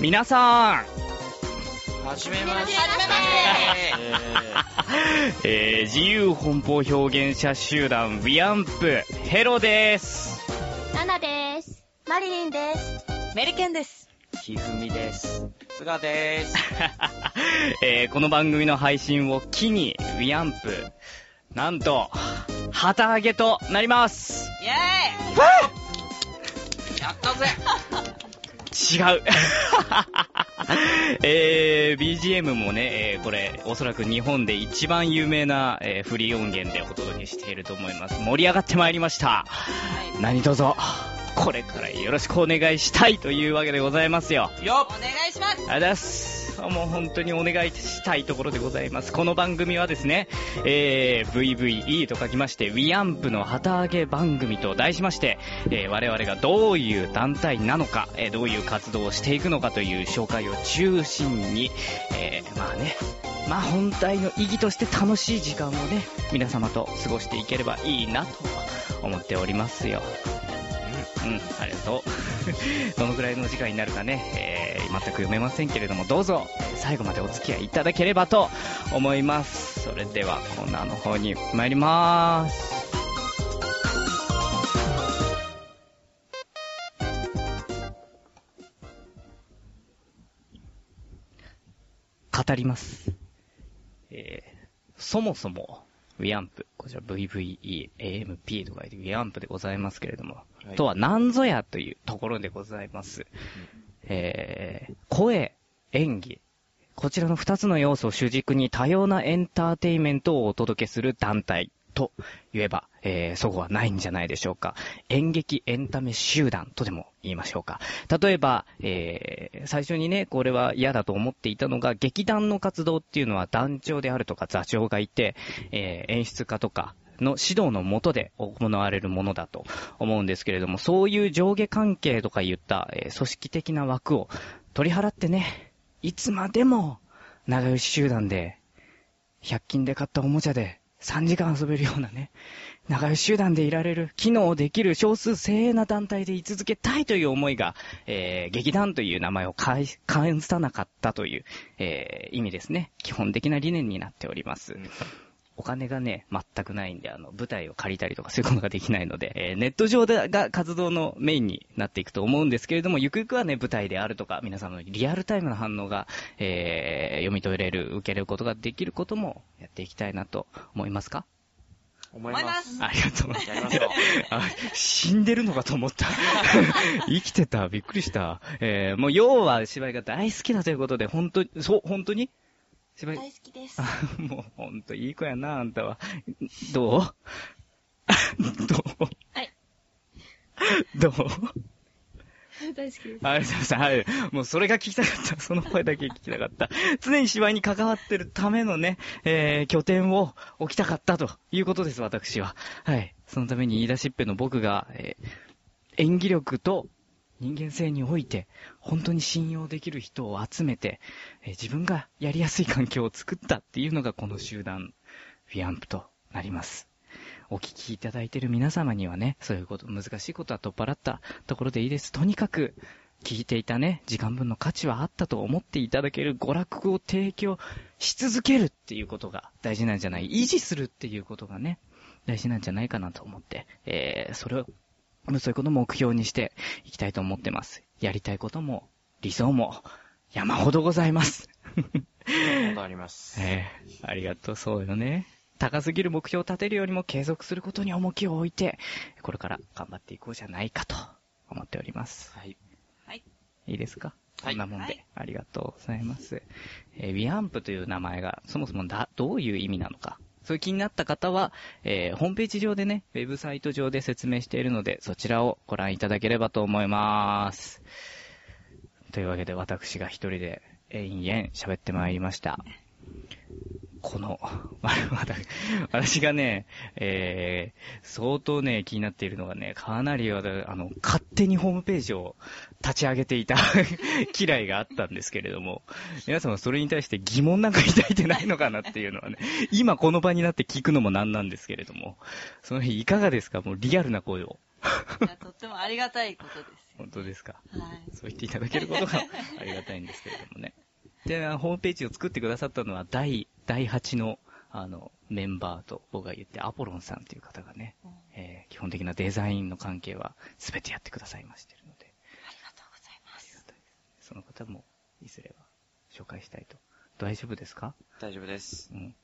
皆さん、 はじめまして。はえー自由奔放表現者集団 w アンプヘロです。ナナです。マリリンです。メリケンです。ひふみです。すがです。 えーこの番組の配信を機に w アンプなんと、旗揚げとなります。イェーイやったぜ違う。 えー BGM もね、えーこれ、おそらく日本で一番有名な、えーフリー音源でお届けしていると思います。盛り上がってまいりました。何卒、これからよろしくお願いしたいというわけでございますよ。よお願いしますありがとうございます。もう本当にお願いしたいところでございます。この番組はですね、えー、VVE と書きまして、WeAmp の旗揚げ番組と題しまして、えー我々がどういう団体なのか、えーどういう活動をしていくのかという紹介を中心に、えーまあね、まあ本体の意義として楽しい時間をね、皆様と過ごしていければいいなと思っておりますよ。うん、 ありがとう。どのくらいの時間になるかね、えー全く読めませんけれども、どうぞ、えー最後までお付き合いいただければと思います。それでは、コーナーの方に参りまーす。語ります。えーそもそも、ウィアンプ、こちら VVE、AMP と書いてウィアンプでございますけれども、はいとは何ぞやというところでございます。えー声、演技、こちらの二つの要素を主軸に多様なエンターテインメントをお届けする団体と言えば、えー、そこはないんじゃないでしょうか。演劇エンタメ集団とでも言いましょうか。例えば、えー、最初にね、これは嫌だと思っていたのが、劇団の活動っていうのは団長であるとか座長がいて、えー、演出家とか、の指導のもとで行われるものだと思うんですけれども、そういう上下関係とか言った、えー組織的な枠を取り払ってね、いつまでも長吉集団で、100均で買ったおもちゃで3時間遊べるようなね、長吉集団でいられる、機能できる少数精鋭な団体で居続けたいという思いが、えー劇団という名前を返し返さなかったという、えー意味ですね。基本的な理念になっております。お金がね、全くないんで、あの、舞台を借りたりとかそういうことができないので、えーネット上でが活動のメインになっていくと思うんですけれども、ゆくゆくはね、舞台であるとか、皆さんのリアルタイムの反応が、えー読み取れる、受けれることができることもやっていきたいなと思いますか思い思いま。ますすありがとうございますやりましょう。あ死んでるのかと思った。 生きてた。びっくりした。えー、もう要は芝居が大好きだということで、本当に、そう、本当に芝居、好きですあもうほんといい子やな、あんたは。どうどう はい。どう 大好きです。ありがとうございます。はい。もうそれが聞きたかった。その声だけ聞きたかった。常に芝居に関わってるためのね、えー、拠点を置きたかったということです、私は。はい。そのために言い出しっぺの僕が、えー演技力と人間性において、本当に信用できる人を集めて、えー自分がやりやすい環境を作ったっていうのがこの集団、フィアンプとなります。お聞きいただいている皆様にはね、そういうこと、難しいことは取っ払ったところでいいです。とにかく、聞いていたね、時間分の価値はあったと思っていただける娯楽を提供し続けるっていうことが大事なんじゃない、維持するっていうことがね、大事なんじゃないかなと思って、えー、それを、そういうことを目標にしていきたいと思ってます。やりたいことも、理想も、山ほどございます。今度あります。ええありがとう、そうよね。高すぎる目標を立てるよりも継続することに重きを置いて、これから頑張っていこうじゃないかと思っております。はい。はい。いいですかはいこんなもんで、はいありがとうございます。えー、ウィアンプという名前がそもそもだ、どういう意味なのか。そういう気になった方は、えーホームページ上でね、ウェブサイト上で説明しているので、そちらをご覧いただければと思います。というわけで、私が一人で延々喋ってまいりました。この、わ私がね、えー、相当ね、気になっているのがね、かなり、あの、勝手にホームページを立ち上げていた嫌いがあったんですけれども、皆様それに対して疑問なんか抱いてないのかなっていうのはね、今この場になって聞くのもなんなんですけれども、その辺いかがですかもうリアルな声を。いやとってもありがたいことですよ。本当ですか。はい。そう言っていただけることが ありがたいんですけれどもね。で、あのホームページを作ってくださったのは、第、第8の、あの、メンバーと僕が言って、アポロンさんという方がね、えー基本的なデザインの関係は全てやってくださいましてるので、ありがとうございます。その方も、いずれは紹介したいと。大丈夫ですか大丈夫です。うん。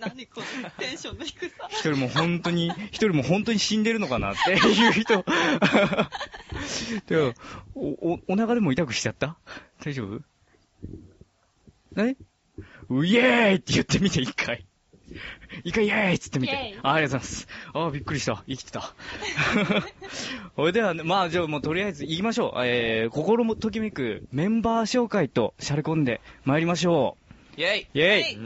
何このテンションの低さ。一人もう本当に、一人もう本当に死んでるのかなっていう人。でもお、お、お腹でも痛くしちゃった大丈夫えうイエーイって言ってみて、一回。一回イエーイって言ってみイエーてイ。あありがとうございます。ああ、びっくりした。生きて た。それではね、まあ、じゃあもうとりあえず行きましょう。えー、心もときめくメンバー紹介としゃれ込んで参りましょイェイう。イエーイ、はいふ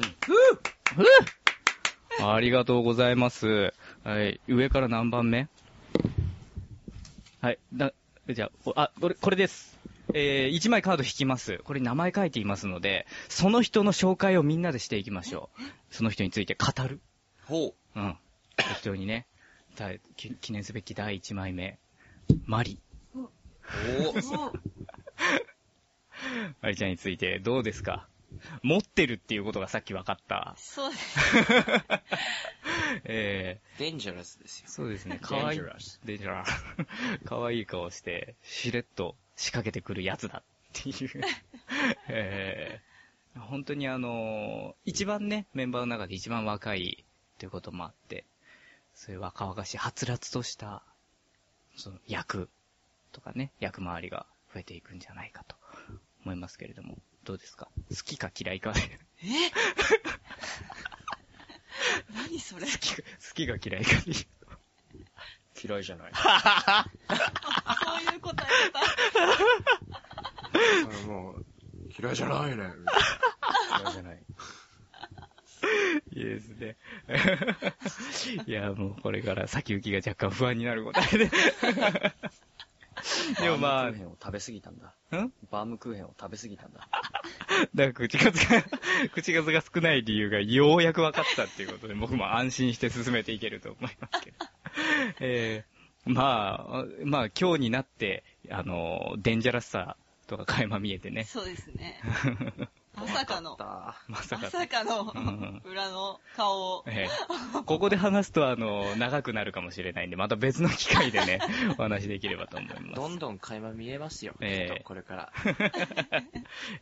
ぅありがとうございます。はい、上から何番目はい、だ、じゃあ、おあ、これ、これです。えー、1枚カード引きます。これ名前書いていますので、その人の紹介をみんなでしていきましょう。その人について語る。ほうう。ん。適当にね。さあき記念すべき第1枚目。マリ。おーマリちゃんについてどうですか持ってるっていうことがさっき分かった。そうです。えー、デンジャラスですよ。そうですね。可愛い Dangerous デンジャラ。 可愛い顔して、しれっと仕掛けてくるやつだって いう。えー本当にあのー一番ね、メンバーの中で一番若いということもあって、そういう若々しい、はつらつとした、その役とかね、役回りが増えていくんじゃないかと思いますけれども、どうですか好きか嫌いかで、 好え何それきか好きが嫌いかで。嫌いじゃない。そういう答もう、嫌いじゃないね。嫌いじゃない。いいですね。 いや、もうこれから先行きが若干不安になる答えで。でも まバームクーヘンを食べ過ぎたんだ。あ、んバームクーヘンを食べ過ぎたんだ。だから口数が、 口数が少ない理由がようやく分かったっていうことで、僕も安心して進めていけると思いますけど。えーまあ、まあ今日になって、あの、デンジャラスさとか垣間見えてえね。 そうですね。まさかの、だまさまか。さかのん裏の顔を。ええここで話すと、あの、長くなるかもしれないんで、また別の機会でね、お話できればと思います。どんどん垣間見えますよ。ええきっとこれから。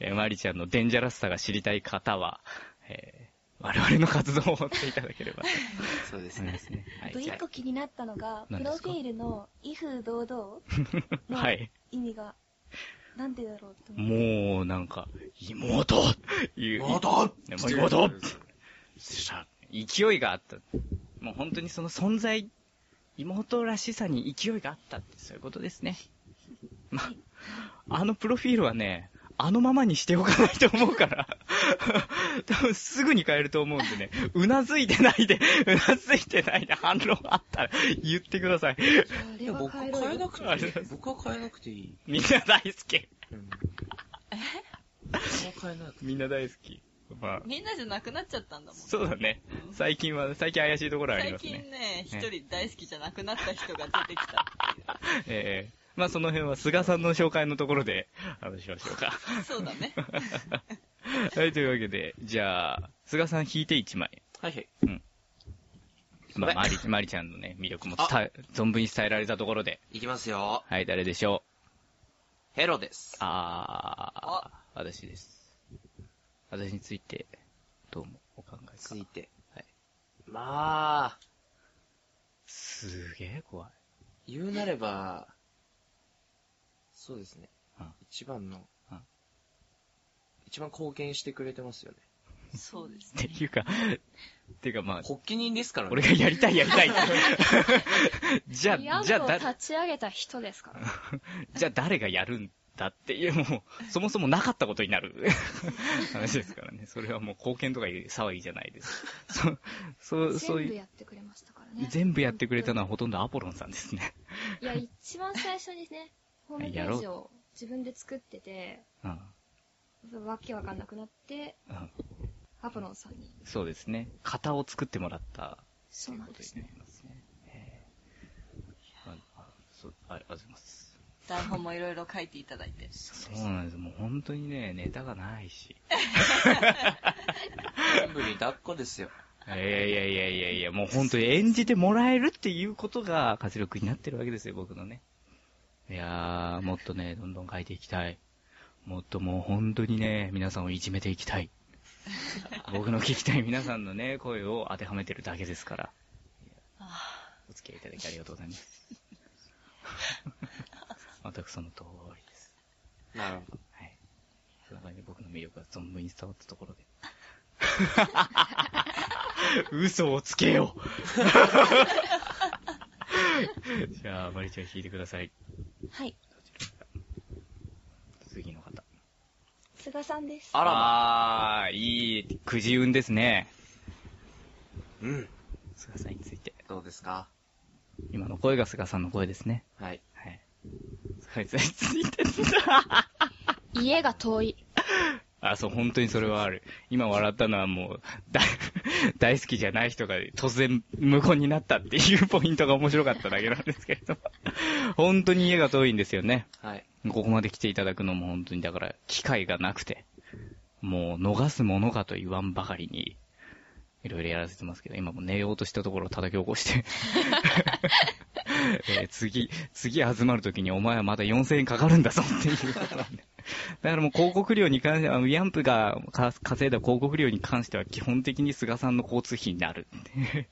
えーマリちゃんのデンジャラスさが知りたい方は、えー我々の活動を追っていただければとそうです思いまね。す ね。はあとい。じ一ゃ個気になったのが、プ何でロすかフィールの、威風堂々あはい。意味が、なんでだろうって思って。もう、なんか、妹いう。元ねもう妹さ勢いがあった。もう本当にその存在、妹らしさに勢いがあったって、そういうことですね。まあ、あのプロフィールはね、あのままにしておかないと思うから、多分すぐに変えると思うんでね、うなずいてないで、うなずいてないで反論あったら言ってください。いやあれは僕は変え変ろえよ。なくていい。僕は変えなくていい。みんな大好き。うん僕は変えなくてみんな大好き。まあ、みんなじゃなくなっちゃったんだもん。そうだね。最近は、最近怪しいところはあり最ますね。近ね、一人大好きじゃなくなった人が出てきた。ええまあその辺は菅さんの紹介のところで話しましょう か。そうだ ね。はい、というわけで、じゃあ、菅さん引いて1枚。はいはい。まあ、はマいリ、マリちゃんのね、魅力も伝え、存分に伝えられたところで。いきますよ。はい、誰でしょヘロですう。。あー、私です。私について、どうもお考えつか。いて。はいまあ、すげえ怖い。言うなれば、そうですねうん。一番のうん、一番貢献してくれてますよね。そうですってね。いうか、っていうかまあ、発起人ですから俺ね。がやりたいやりたい って。じゃリあ、アじゃあムをだ、立ち上げた人ですから。じゃあ誰がやるんだっていう、もう、そもそもなかったことになる 話ですからね。それはもう貢献とかいう騒ぎじゃないです。 そ、そう、そう全部いう、やってくれましたからね。全部やってくれたのはほとんどアポロンさんですね。いや、一番最初にね、ホームページを自分で作ってて、うん。わけわかんなくなって、うん、アポロンさんに。そうですね。型を作ってもらったそうなんことですになね。りますね。ええああそうあありがとうございます。台本もいろいろ書いていただいて。そうなんです。もう本当にね、ネタがないし。全部に抱っこですよ。いやいやいやいやいや、もう本当に演じてもらえるっていうことが活力になってるわけですよ、僕のね。いやー、もっとね、どんどん書いていきたい。もっともう本当にね、皆さんをいじめていきたい。僕の聞きたい皆さんのね、声を当てはめてるだけですから。お付き合いいただきありがとうございます。全くその通りです。なるほど。はい。そんな感じで僕の魅力が存分に伝わったところ で。嘘をつけ よじゃあ、マリちゃん引いてください。はい。次の方。菅さんです。あらま。あー、いいくじ運ですね。うん。菅さんについて。どうですか今の声が菅さんの声ですね。はい。はい。菅さんについてた。家が遠い。あ、そう、本当にそれはある。今笑ったのはもう、だ、 大好きじゃない人が突然無言になったっていうポイントが面白かっただけなんですけれども。本当に家が遠いんですよね。はい。ここまで来ていただくのも本当にだから、機会がなくて、もう逃すものかと言わんばかりに、いろいろやらせてますけど、今も寝ようとしたところを叩き起こ して、えー次、次集まるときにお前はまた4000円かかるんだぞっていうことなんで。だからもう広告料に関しては、ウィアンプがか稼いだ広告料に関しては基本的に菅さんの交通費になるって。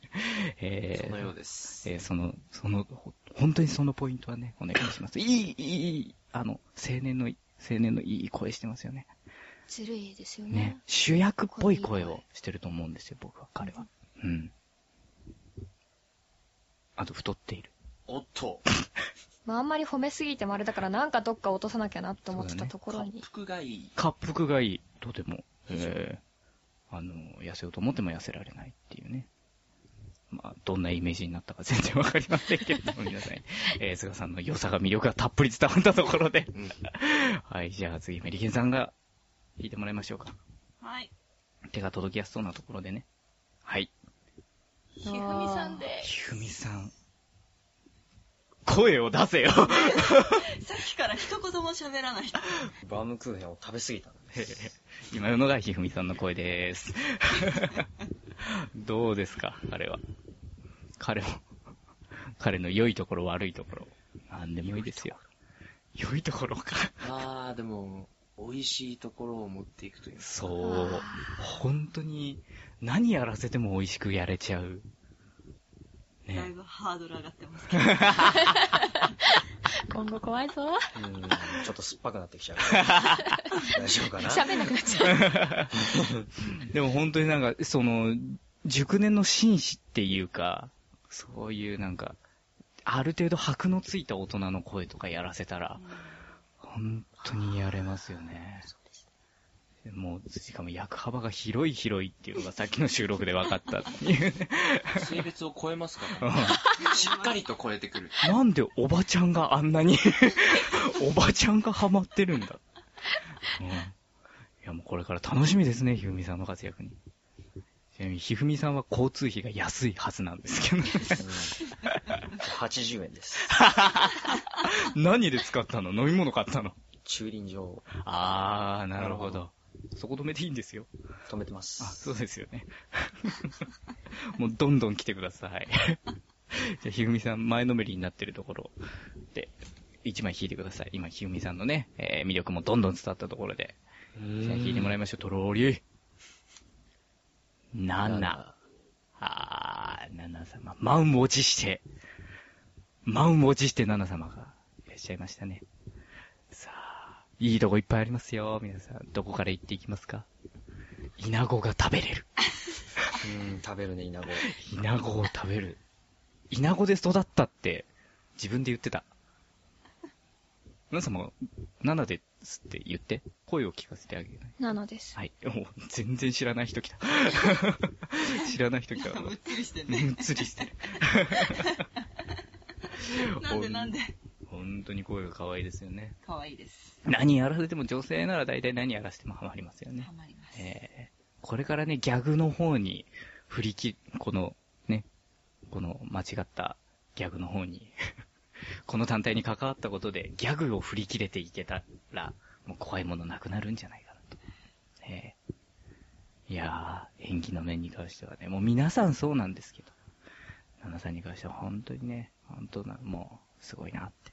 えーそのようです。えーその、その、ほ本当にそのポイントはね、お願いします。いい、いい、いい、あの、青年のいい、青年のいい声してますよね。ずるいですよねね。。主役っぽい声をしてると思うんですよ、僕は、彼は。うん。あと、太っている。おっと。まああんまり褒めすぎてもあれだからなんかどっか落とさなきゃなって思ってそうだたねところ滑に。腹がいい。滑腹がいい、とても。えー、あの、痩せようと思っても痩せられないっていうね。まあ、どんなイメージになったか全然わかりませんけれども、皆さんに、えー、菅さんの良さが魅力がたっぷり伝わったところで。うん。はい、じゃあ次、メリケンさんが弾いてもらいましょうか。はい。手が届きやすそうなところでね。はい。ひふみさんでひふみさん。声を出せよ す。さっきから一言も喋らない人。バームクーヘンを食べ過ぎた。今のがひふみさんの声です。 どうですか彼は。彼も。彼の良いところ、悪いところ。なんでもいいですよ。良いところか。あー、でも、美味しいところを持っていくという。そう。本当に、何やらせても美味しくやれちゃう。ねだいぶハードル上がってますけ ど。今後怖いぞ。うん。ちょっと酸っぱくなってきちゃう。 大丈夫かな喋んなくなっちゃ う。でも本当になんか、その、熟年の紳士っていうか、そういうなんか、ある程度箔のついた大人の声とかやらせたら、本当にやれますよね。もう、しかも役幅が広い広いっていうのがさっきの収録で分かったっていう。 性別を超えますから、しっかりと超えてくる。なんでおばちゃんがあんなに、 おばちゃんがハマってるんだ。うん。いや、もうこれから楽しみですね、ひふみさんの活躍に。ちなみに、ひふみさんは交通費が安いはずなんです けど、 80円です。何で使ったの飲み物買ったの駐輪場をあー、なるほど。そこ止めていいんですよ。止めてまあ、。そうですよね。 もうどんどん来てください。 じゃあ、ひふみさん、前のめりになってるところで、一枚引いてください。今、ひふみさんのね、えー魅力もどんどん伝わったところで。じゃあ、引いてもらいましょう。とろり。7。あー、七様。満を持して、満を持して七様がいらっしゃいましたね。さあ、いいとこいっぱいありますよ、皆さん。どこから行っていきますかイナゴが食べれる。うん、食べるね、イナゴ。イナゴを食べる。イナゴで育ったって、自分で言ってた。皆様、7ですって言って、声を聞かせてあげない。なのです。はい。もう、全然知らない 人来た。知らない人来た。むっつりしてんむっね。つりしてる。なんでなんで。本当に声が可愛いですよね。可愛いです。何やらせても女性なら大体何やらせてもハマりますよねハ。マります。えー、これからね、ギャグの方に振り切、このね、この間違ったギャグの方に、 この団体に関わったことでギャグを振り切れていけたら、もう怖いものなくなるんじゃないかなと。ええいやー、演技の面に関してはね、もう皆さんそうなんですけど、旦那さんに関しては本当にね、本当な、もう、すごいなって。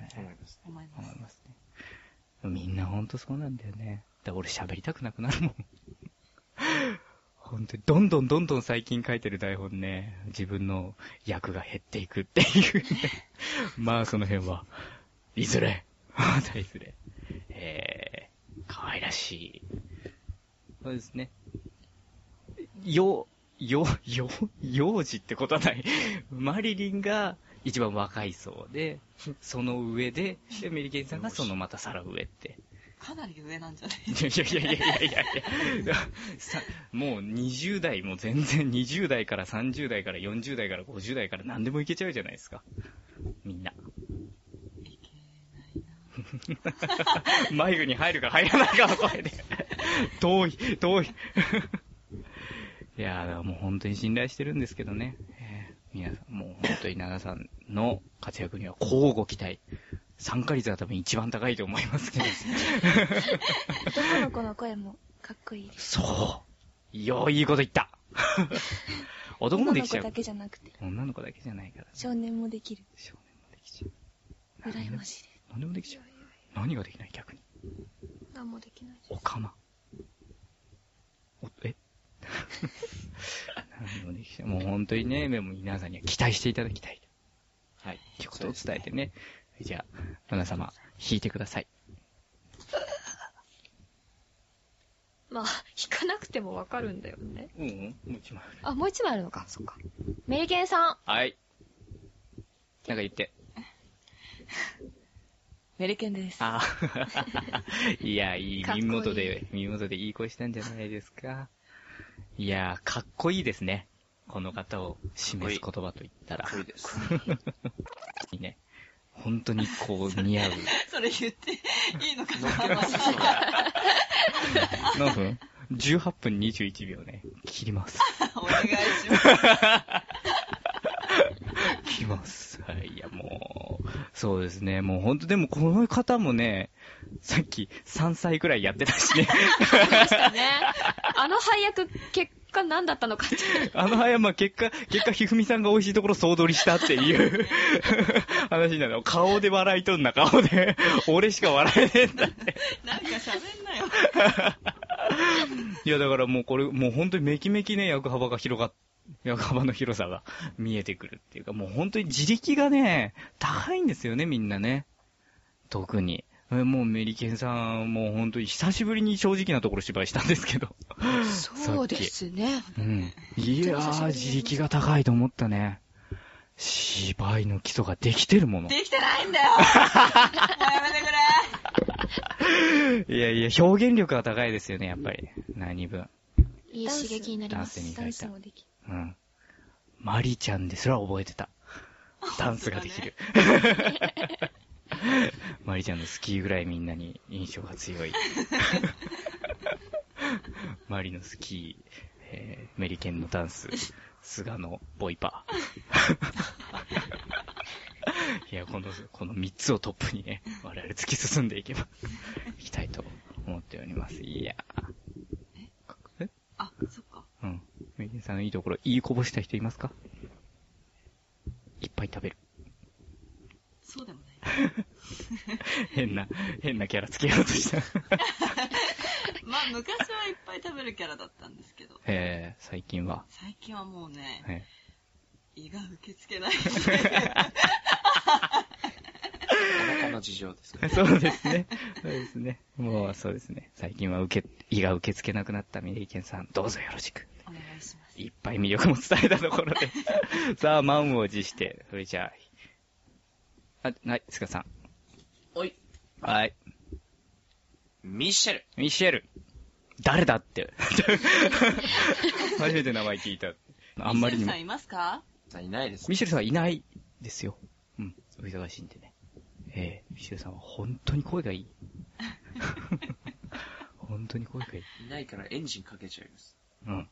ええ思います。思いま思いす。ますね。みんなほんとそうなんだよね。だから俺喋りたくなくなるもん。本当に、どんどんどんどん最近書いてる台本ね、自分の役が減っていくっていうね、まあその辺は、いずれ、またいずれ、えー、可愛らしい。そうですね。よ、よ、よ、幼児ってことはない。マリリンが一番若い層で、その上で、でメリケンさんがそのまたさら上って。かなり上なんじゃないいやいやいやいやいやいやさもう20代、もう全然20代から30代から40代から50代から何でもいけちゃうじゃないですか。みんな。いけないな。マイクに入るか入らないかの声で。遠い、遠い。いやー、だからもう本当に信頼してるんですけどね。えー皆さん、もう本当に奈々さんの活躍には交互期待。参加率が多分一番高いと思いますけど。男の子の声もかっこいいです。そう。よ、いいこと言 った。男もできちゃ女う。の子だけじゃなくて、女の子だけじゃないから。少年もできる。少年もできちゃう。羨ましいで何でもできちゃう。何ができない逆に。す。何もできないです。おかま。お、 え何でもできちゃう。もう本当にね、でも皆さんには期待していただきたい。はい。ということを伝えてね。じゃあ、ナナ様、弾いてください。まあ、弾かなくてもわかるんだよね。うん、もう一枚。あ、もう一枚あるのか。そっか。メリケンさん。はい。なんか言って。メリケンです。ああ。 いや、いい、かっこいい耳元で、耳元でいい声したんじゃないですか。いや、かっこいいですね。この方を示す言葉と言ったら。かっこいいです。いいね。本当にこう似合う。 それ言ってい いのかな何分 ?18 分21秒ね。切ります。お願いします。聞きます。はい、いや、もう、そうですね。もう本当でもこの方もね、さっき3歳くらいやってたしね。ね。あの配役、結果何だったのかって。あの早間、結果、結果、ひふみさんが美味しいところ総取りしたっていう話なの。顔で笑いとんな、顔で。俺しか笑えねえんだって。なんか喋んなよ。いや、だからもうこれ、もう本当にめきめきね、役幅が広がっ、役幅の広さが 見えてくるっていうか、もう本当に自力がね、高いんですよね、みんなね。特に。えもうメリケンさん、もう本当に久しぶりに正直なところ芝居したんですけど。そうですね。うん。いやー、自力が高いと思ったね。芝居の基礎ができてるもの。できてない んだよもうやめてくれいやいや、表現力が高いですよね、やっぱり。何分。 いい刺激になりまダンスにす。書いたダンスもできる。うん。マリちゃんですら覚えてた。ダンスができる。マリちゃんのスキーぐらいみんなに印象が強い。マリのスキー、えーメリケンのダンス、菅のボイパ。いや、この、この3つをトップにね、我々突き進んでいけば、いきたいと思っております。いやー。えあ、そっか。うん。メイケンさんのいいところ、いいこぼした人いますかいっぱい食べ る。そうでもない。変な、変なキャラつけようとした。 まあ、昔はいっぱい食べるキャラだったんですけど、えー、最近は。最近はもうね、え胃が受け付けない。お腹の事情ですかー そうですね。そうですね。もう、そうですね。最近は受け、胃が受け付けなくなったメリケンさん、どうぞよろしく。お願いします。いっぱい魅力も伝えたとこ ろで。さあ、満を持して、それじゃあ。あ、はい、スカさん。おい。はい。ミシェル。ミシェル。誰だって。 初めて名前聞いた。 あんまりに ミシもェルさん。いますかさんいないですね。ミシェルさんはいないですよ。うん。お忙しいんでね。えー、ミシェルさんは本当に声がい い。本当に声がいい。いないからエンジンかけちゃいます。うん。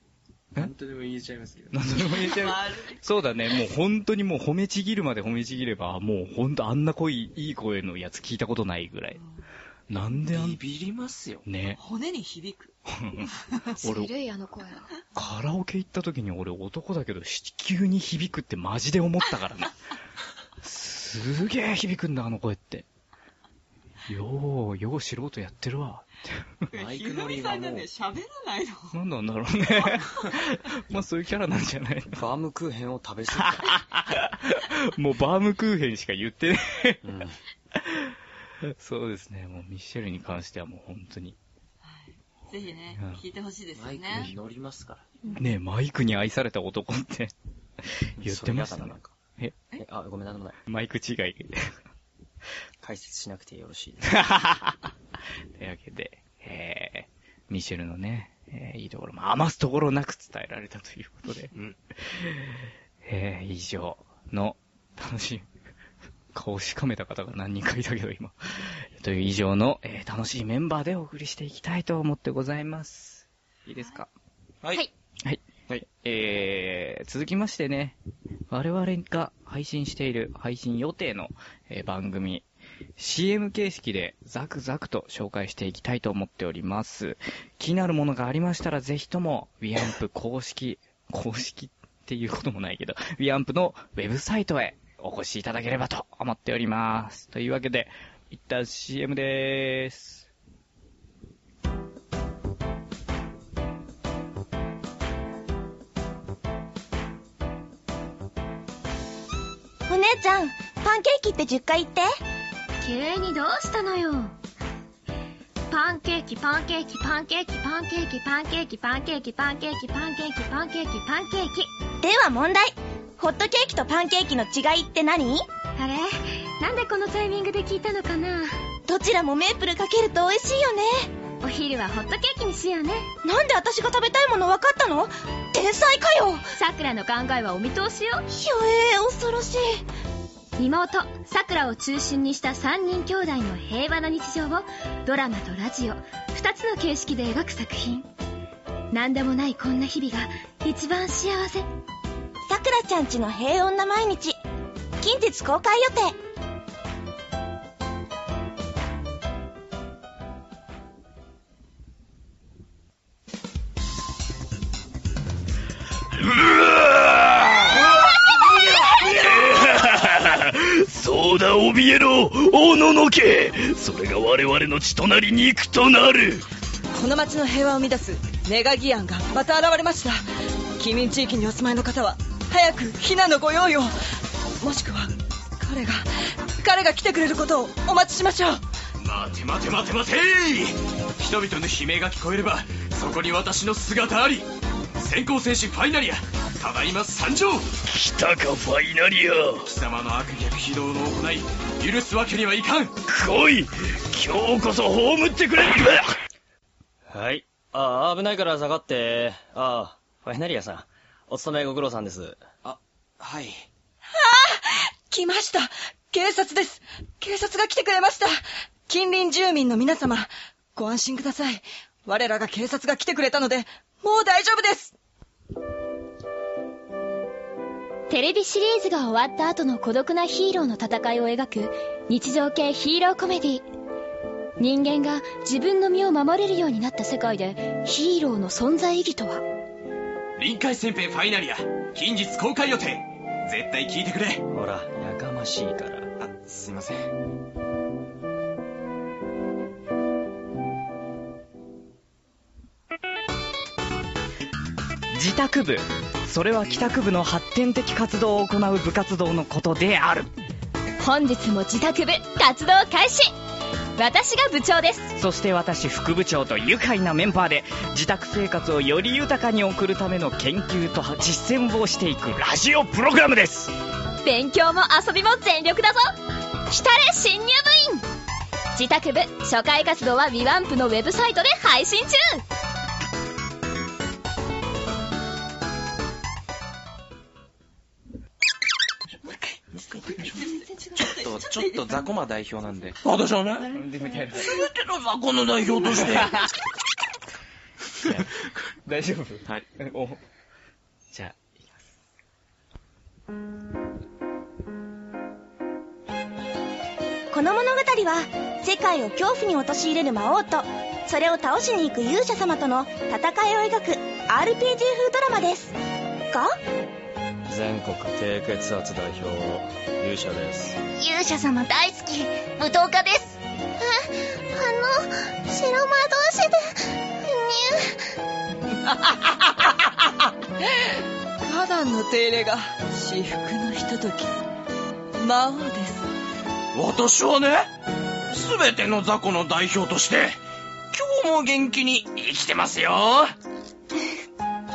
なんとでも言えちゃいますけど。何でも言えちゃう。丸いそうだね、もう本当にもう褒めちぎるまで褒めちぎれば、もう本当あんな濃い、いい声のやつ聞いたことないぐらい。なんであんビ、ビりますよ。ね。骨に響く。ずるい、あの声。カラオケ行った時に俺男だけど、し急に響くってマジで思ったから ね。すげえ響くんだ、あの声って。よう、よう素人やってるわ。マイひクろのみりさはんもがう、ね、喋らないの。なんなんだろう ね。まあそういうキャラなんじゃないファームクーヘンを食べ過ぎた。もうバームクーヘンしか言ってない。うんそうですね、もうミッシェルに関してはもう本当に。ぜひねうん、聞いてほしいですよマイクねに。乗りますから。ねえ、マイクに愛された男って言ってましたそれ嫌だなねなん。かええ、あ、ごめん、なんでもない。マイク違い。解説しなくてよろしい。というわけで、えー、ミシェルのね、えーいいところも余すところなく伝えられたということで、うんえー、以上の楽しい、顔しかめた方が何人かいたけど今、という以上の、えー楽しいメンバーでお送りしていきたいと思ってございます。いいですかはいはい。はい。はい。えー、続きましてね、我々が配信している、配信予定の、えー番組、CM 形式でザクザクと紹介していきたいと思っております。気になるものがありましたら、ぜひとも、WeAmp 公式、 公式っていうこともないけど、WeAmp のウェブサイトへお越しいただければと思っております。というわけで、一旦 CM でーす。お姉ちゃん、パンケーキって10回言って。急にどうしたのよ。パンケーキ、パンケーキ、パンケーキ、パンケーキ、パンケーキ、パンケーキ、パンケーキ、パンケーキ、パンケーキ、パンケーキ。では問題。ホットケーキとパンケーキの違いって何あれなんでこのタイミングで聞いたのかなどちらもメープルかけると美味しいよね。お昼はホットケーキにしようね。なんで私が食べたいもの分かったの天才かよ桜の考えはお見通しよ。ひょえー、恐ろしい。妹、桜を中心にした三人兄弟の平和な日常をドラマとラジオ、二つの形式で描く作品。なんでもないこんな日々が一番幸せ。さくらちゃんちの平穏な毎日。近日公開予定。そうだ、怯えろ、おののけそれが我々の血となり肉となるこの町の平和を生み出すネガギアンがまた現れました近隣地域にお住まいの方は早く避難のご用意をもしくは彼が彼が来てくれることをお待ちしましょう待て待て待て待て人々の悲鳴が聞こえれば、そこに私の姿あり先行戦士ファイナリアただいま参上来たか、ファイナリア貴様の悪逆非道の行い、許すわけにはいかん来い今日こそ葬ってくれはい。ああ、危ないから下がって。ああ、ファイナリアさん。お勤めご苦労さんです。あ、はい。来ました警察です警察が来てくれました近隣住民の皆様ご安心ください我らが警察が来てくれたのでもう大丈夫ですテレビシリーズが終わった後の孤独なヒーローの戦いを描く日常系ヒーローコメディ人間が自分の身を守れるようになった世界でヒーローの存在意義とは臨海戦兵ファイナリア近日公開予定絶対聞いてくれほら、やかましいから。あ、すいません。自宅部それは帰宅部の発展的活動を行う部活動のことである本日も自宅部活動開始私が部長ですそして私副部長と愉快なメンバーで自宅生活をより豊かに送るための研究と実践をしていくラジオプログラムです勉強も遊びも全力だぞ来たれ新入部員自宅部初回活動はビワンプのウェブサイトで配信中ちょっと、ちょっとザコマ代表なんで。私はね全ての雑魚の代表として大丈夫はい。おじゃあ、いきこの物語は世界を恐怖に陥れる魔王とそれを倒しに行く勇者様との戦いを描く RPG 風ドラマですがます。全国低血圧代表、勇者です。勇者様大好き武闘家ですえあの白魔同士で花壇の手入れが至福のひととき魔王です私はね、すべての雑魚の代表として、今日も元気に生きてますよ。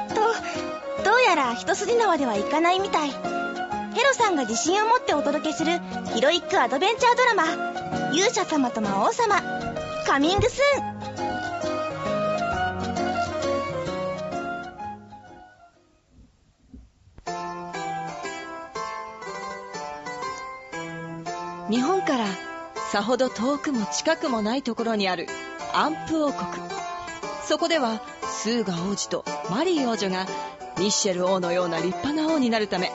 とどうやら一筋縄ではいかないみたいヘロさんが自信を持ってお届けするヒロイックアドベンチャードラマ「勇者様と魔王様」カミングスーン日本からさほど遠くも近くもないところにあるアンプ王国そこではスーガ王子とマリー王女がミッシェル王のような立派な王になるため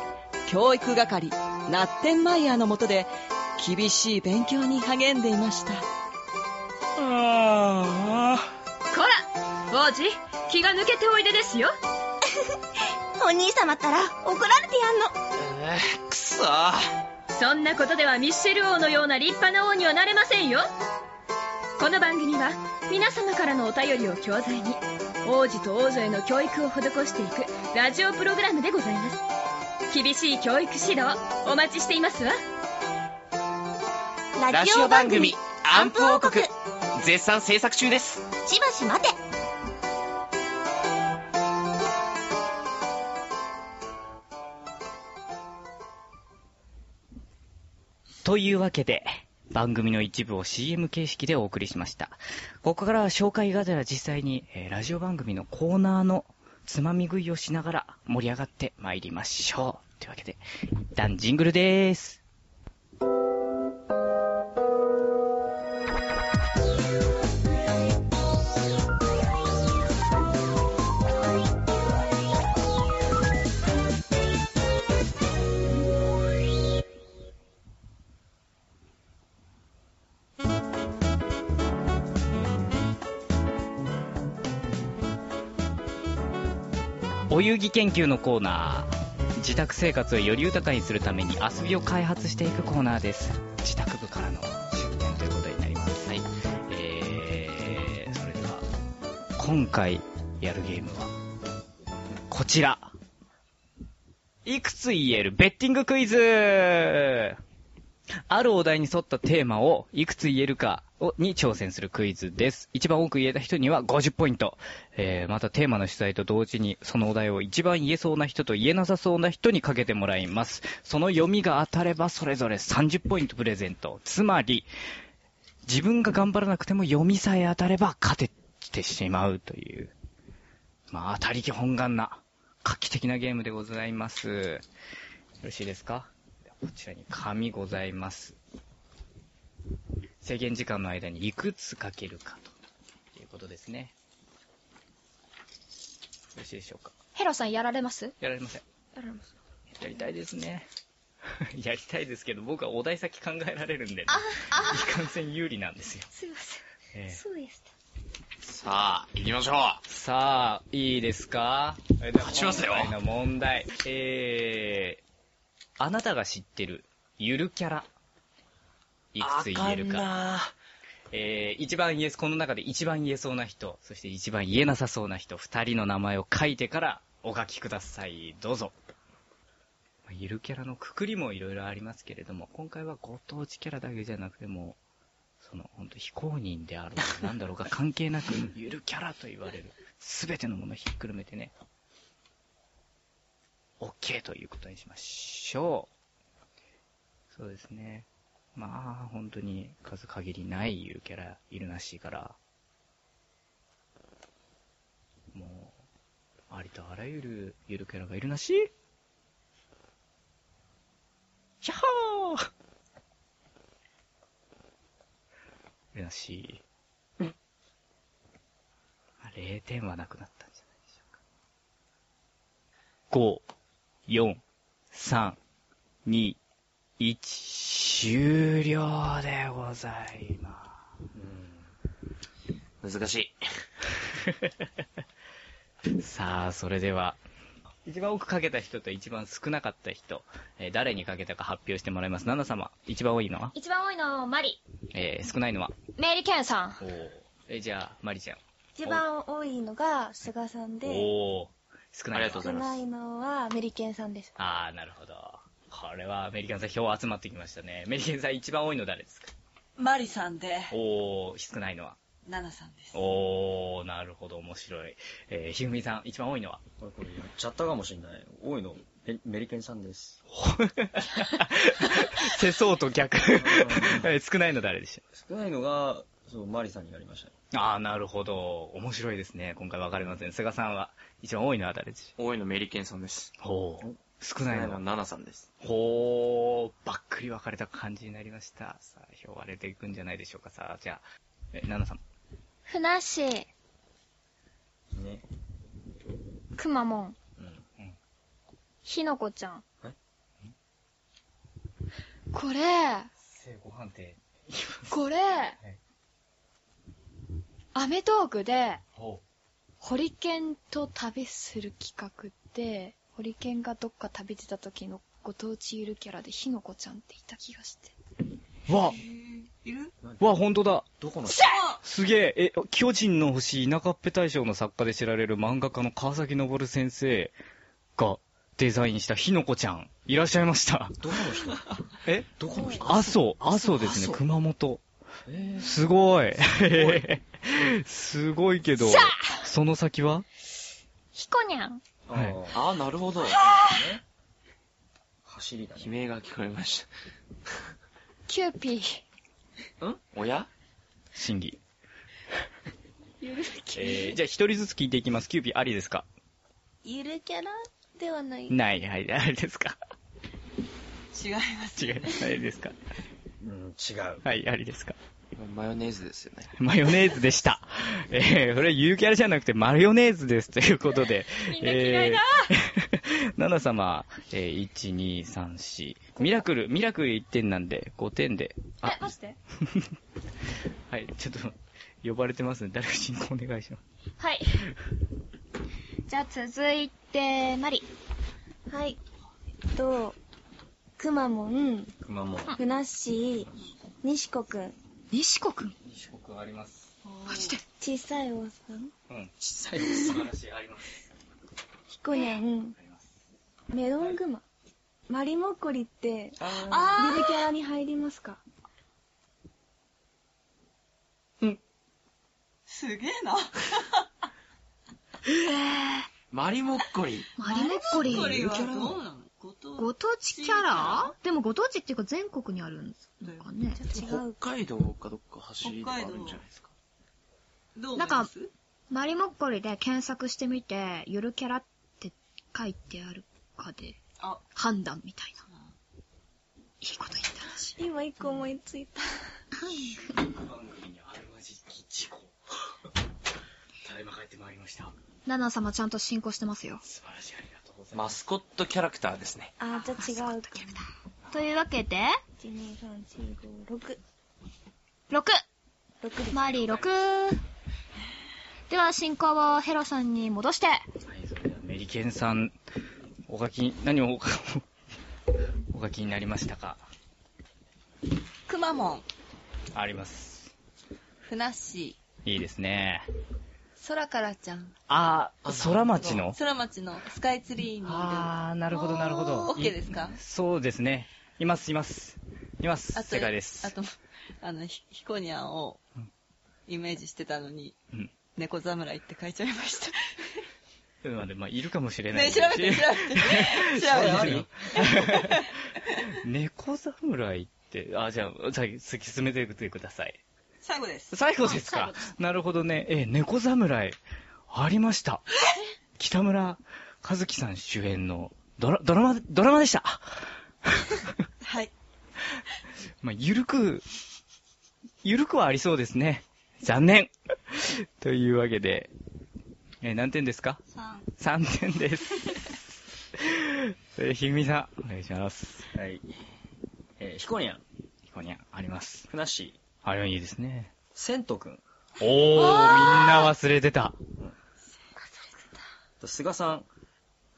教育係ナッテンマイヤーのもとで厳しい勉強に励んでいましたあこら王子気が抜けておいでですよお兄様ったら怒られてやんの。あ、くそ。そんなことではミッシェル王のような立派な王にはなれませんよこの番組は皆様からのお便りを教材に王子と王女への教育を施していくラジオプログラムでございます厳しい教育指導お待ちしていますわラジオ番組、アンプ王国。し絶賛制作中です。ばし待て。というわけで、番組の一部を CM 形式でお送りしました。ここからは紹介がてら実際に、えーラジオ番組のコーナーのつまみ食いをしながら盛り上がってまいりましょう。というわけで、一旦ジングルでーす。お遊戯研究のコーナー。自宅生活をより豊かにするために遊びを開発していくコーナーです。自宅部からの出展ということになります。はい。えー、それでは、今回やるゲームは、こちら。いくつ言えるベッティングクイズあるお題に沿ったテーマをいくつ言えるかをに挑戦するクイズです。一番多く言えた人には50ポイント。えー、またテーマの取材と同時にそのお題を一番言えそうな人と言えなさそうな人にかけてもらいます。その読みが当たればそれぞれ30ポイントプレゼント。つまり、自分が頑張らなくても読みさえ当たれば勝ててしまうという。まあ、当たり気本願な、画期的なゲームでございます。よろしいですかではこちらに紙ございます。制限時間の間にいくつ書けるかということですね。よろしいでしょうかヘロさんやられますやられません。やられます。やりたいですね。 やりたいですけど、僕はお題先考えられるんで、ね、いかんせん有利なんですよ。すいませええん。そうです。さあ、行きましょう。さあ、いいですか勝ちますよ今回の問題。えー、あなたが知ってる、ゆるキャラ。いくつ言えるか。えー、一番言え、この中で一番言えそうな人、そして一番言えなさそうな人、二人の名前を書いてからお書きください。どうぞ。まあゆるキャラのくくりもいろいろありますけれども、今回はご当地キャラだけじゃなくても、その、本当非公認であろうが、なんだろうが関係なく、ゆるキャラと言われる、すべてのものをひっくるめてね、OK ということにしましょう。そうですね。まあ、本当に数限りないゆるキャラいるらしいから、もう、ありとあらゆるゆるキャラがいるなしひゃほーいるなし、まあ0点はなくなったんじゃないでしょうか。 5、4、3、2、1、終了でございます。難し い。さあ、それでは、一番多くかけた人と一番少なかった人、えー誰にかけたか発表してもらいます。ナナ様、一番多いのは一番多いのはマリ。えー少ないのはメリケンさおん。ーえーじゃあ、マリちゃん。一番多いのが菅さんで、おー少ないのはありがとうご少ざいまなすいのはメリケンさんです。あー、なるほど。これはアメリカンさん票集まってきましたね。アメリカンさん一番多いの誰ですかマリさんで、おー、少ないのはナナさんです。おー、なるほど、面白い。えー、ひふみさん、一番多いのは俺これ言っちゃったかもしんない。多いの、メメリケンさんです。世相と逆。え ー少ないの誰でし少ないのが、そう、マリさんになりました。たあー、なるほど。面白いですね。今回分かりません。菅さんは、一番多いのは誰でし多いのメリケンさんです。たほう。少少なないいののははナナさんです。ほー、ばっくり分かれた感じになりました。さあ、票割れていくんじゃないでしょうか。さあ、じゃあ、え、ナナさん。ふなっしー、ね。くまモンうん、ひのこちゃんえ。これ、正誤判定。これい、アメトークで、ほう。ホリケンと旅する企画で、ホリケンがどっか旅出た時のご当地ゆるキャラでひのこちゃんっていた気がして。わ、いるわ、ほんとだ。どこのすげえ、え、巨人の星、田舎っぺ大賞の作家で知られる漫画家の川崎昇先生がデザインしたひのこちゃん、いらっしゃいました。どこの人えどこの人阿蘇、阿蘇ですね、熊本。すごい。 すごいけど、その先はひこにゃん。あはいーああ、なるほど。走りだね。悲鳴が聞こえましキューピー。た。んおや審議。えー、じゃあ一人ずつ聞いていきます。キューピーありですかゆるキャラではない。ない、はい、ありですか違います。違います。ありですかうん、違う。はい、ありですかマヨネーズですよね。マヨネーズでした。えー、それはゆるキャラじゃなくてマヨネーズですということで。みんな嫌いだえー ナナ様、えー、1、2、3、4。ミラクル、ミラクル1点なんで、5点で。あえ、、マジではい、ちょっと、呼ばれてますね。誰か進行お願いします。 はい。じゃあ続いて、マリ。はい。えっと、くまモン、熊本。ふなっしー、にしこくん、西子くん。四国あります。マジでちっさいおっさん、うん。小さい素晴らしい、あります。ひこにゃん、メロングマ、マリモッコリって、ゆるキャラに入りますかすげえな。マリモッコリ。マリモッコリこれー。はどうなのご当地ご当地キャラでもご当地っていうか全国にあるんですだよか。ね。じゃあ違う。北海道かどっか走りとかあるんじゃないですか。どう思ないんかますマリモッコリで検索してみて、ゆるキャラって書いてあるかであ、判断みたいな。いいこと言ったらしい。今一個思いついた。 ただいま帰ってまいりました。ナナ様ちゃんと進行してますよ。素晴らしい、ありがとうございマスコットキャラクターですね。あー、じゃあ違うかな。というわけで、 1、2、3、4、5、6。 6! 6です。マリー6。では進行をヘロさんに戻して、ます。はい、それではメリケンさん、お書き、何をお書お書きになりましたかくまモン、あります。ふなっしいいですね。ー、空からちゃん、あー、空町の空町のスカイツリーにいる。あー、なるほど、なるほど。オッケーですかいそうですね。います、います。います。あと正解です。あと、あの、ひひこにゃんをイメージしてたのに、うん猫侍って書いちゃいました。うんまあでもまあ、いるかもしれないね、し。調べて、調べ そて。う調ですべよ て。猫侍って、あ、じゃあ、さ先進めてください。最後です。最後ですかなるほどね。え、猫侍、ありました。北村和樹さん主演のドラドラマ、ドラマで した。はい。まあ、ゆるく、ゆるくはありそうですね。残念。というわけで、えー何点ですか3、 ?3 点です。えー、ひみさん、お願いします。はい。えー、ヒコニャン。ヒコニャン、あります。ふなっしー。あれはいいですね。セントくん。おー、みんな忘れてた。と菅さん。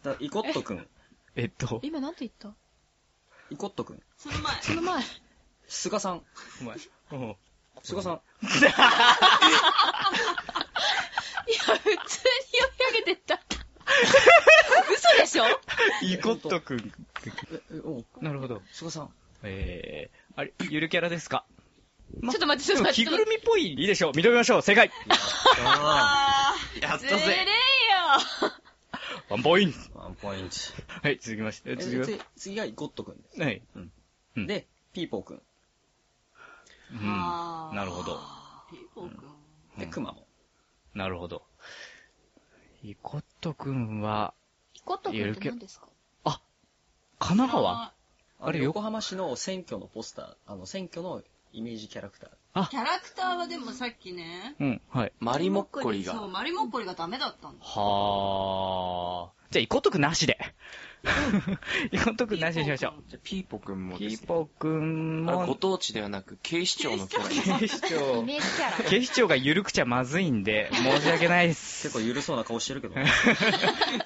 だイコットくん。えっと、今なんて言ったイコットくん。その前。その前。菅さん。お前。うん。菅さん。いや、普通に読み上げてった。 嘘でしょイコットくん。なるほど。菅さん。えー、あれ、ゆるキャラですかちょっと待って、ちょっとでも待着って。ぐるみっぽい。いいでしょう。認めましょう。正解。やったずるいよぜ。ワンポイント。ワンポイント。はい、続きまして。え続きまーして次。次がイコットくんです。はい。で、ピーポーくん。うん。なるほど。で、クマも。なるほど。イコットくんは、イコット君って何ですか神奈川あれ、横浜市の選挙のポスター、あの、選挙のイメージキャラクター。キャラクターはでもさっきね、うん、はい。マリモッコそう、マリモッコリがダメだったんだ。はー。じゃあ、イコットくんなしで。 イコットくんなしにしましょう。じゃあピーポくんもです、ね。ピーポくんも。あれ、ご当地ではなく、警視庁のキャラ。警視庁。メージキャラ。警視庁が緩くちゃまずいんで、申し訳ないです。結構緩そうな顔してるけ ど。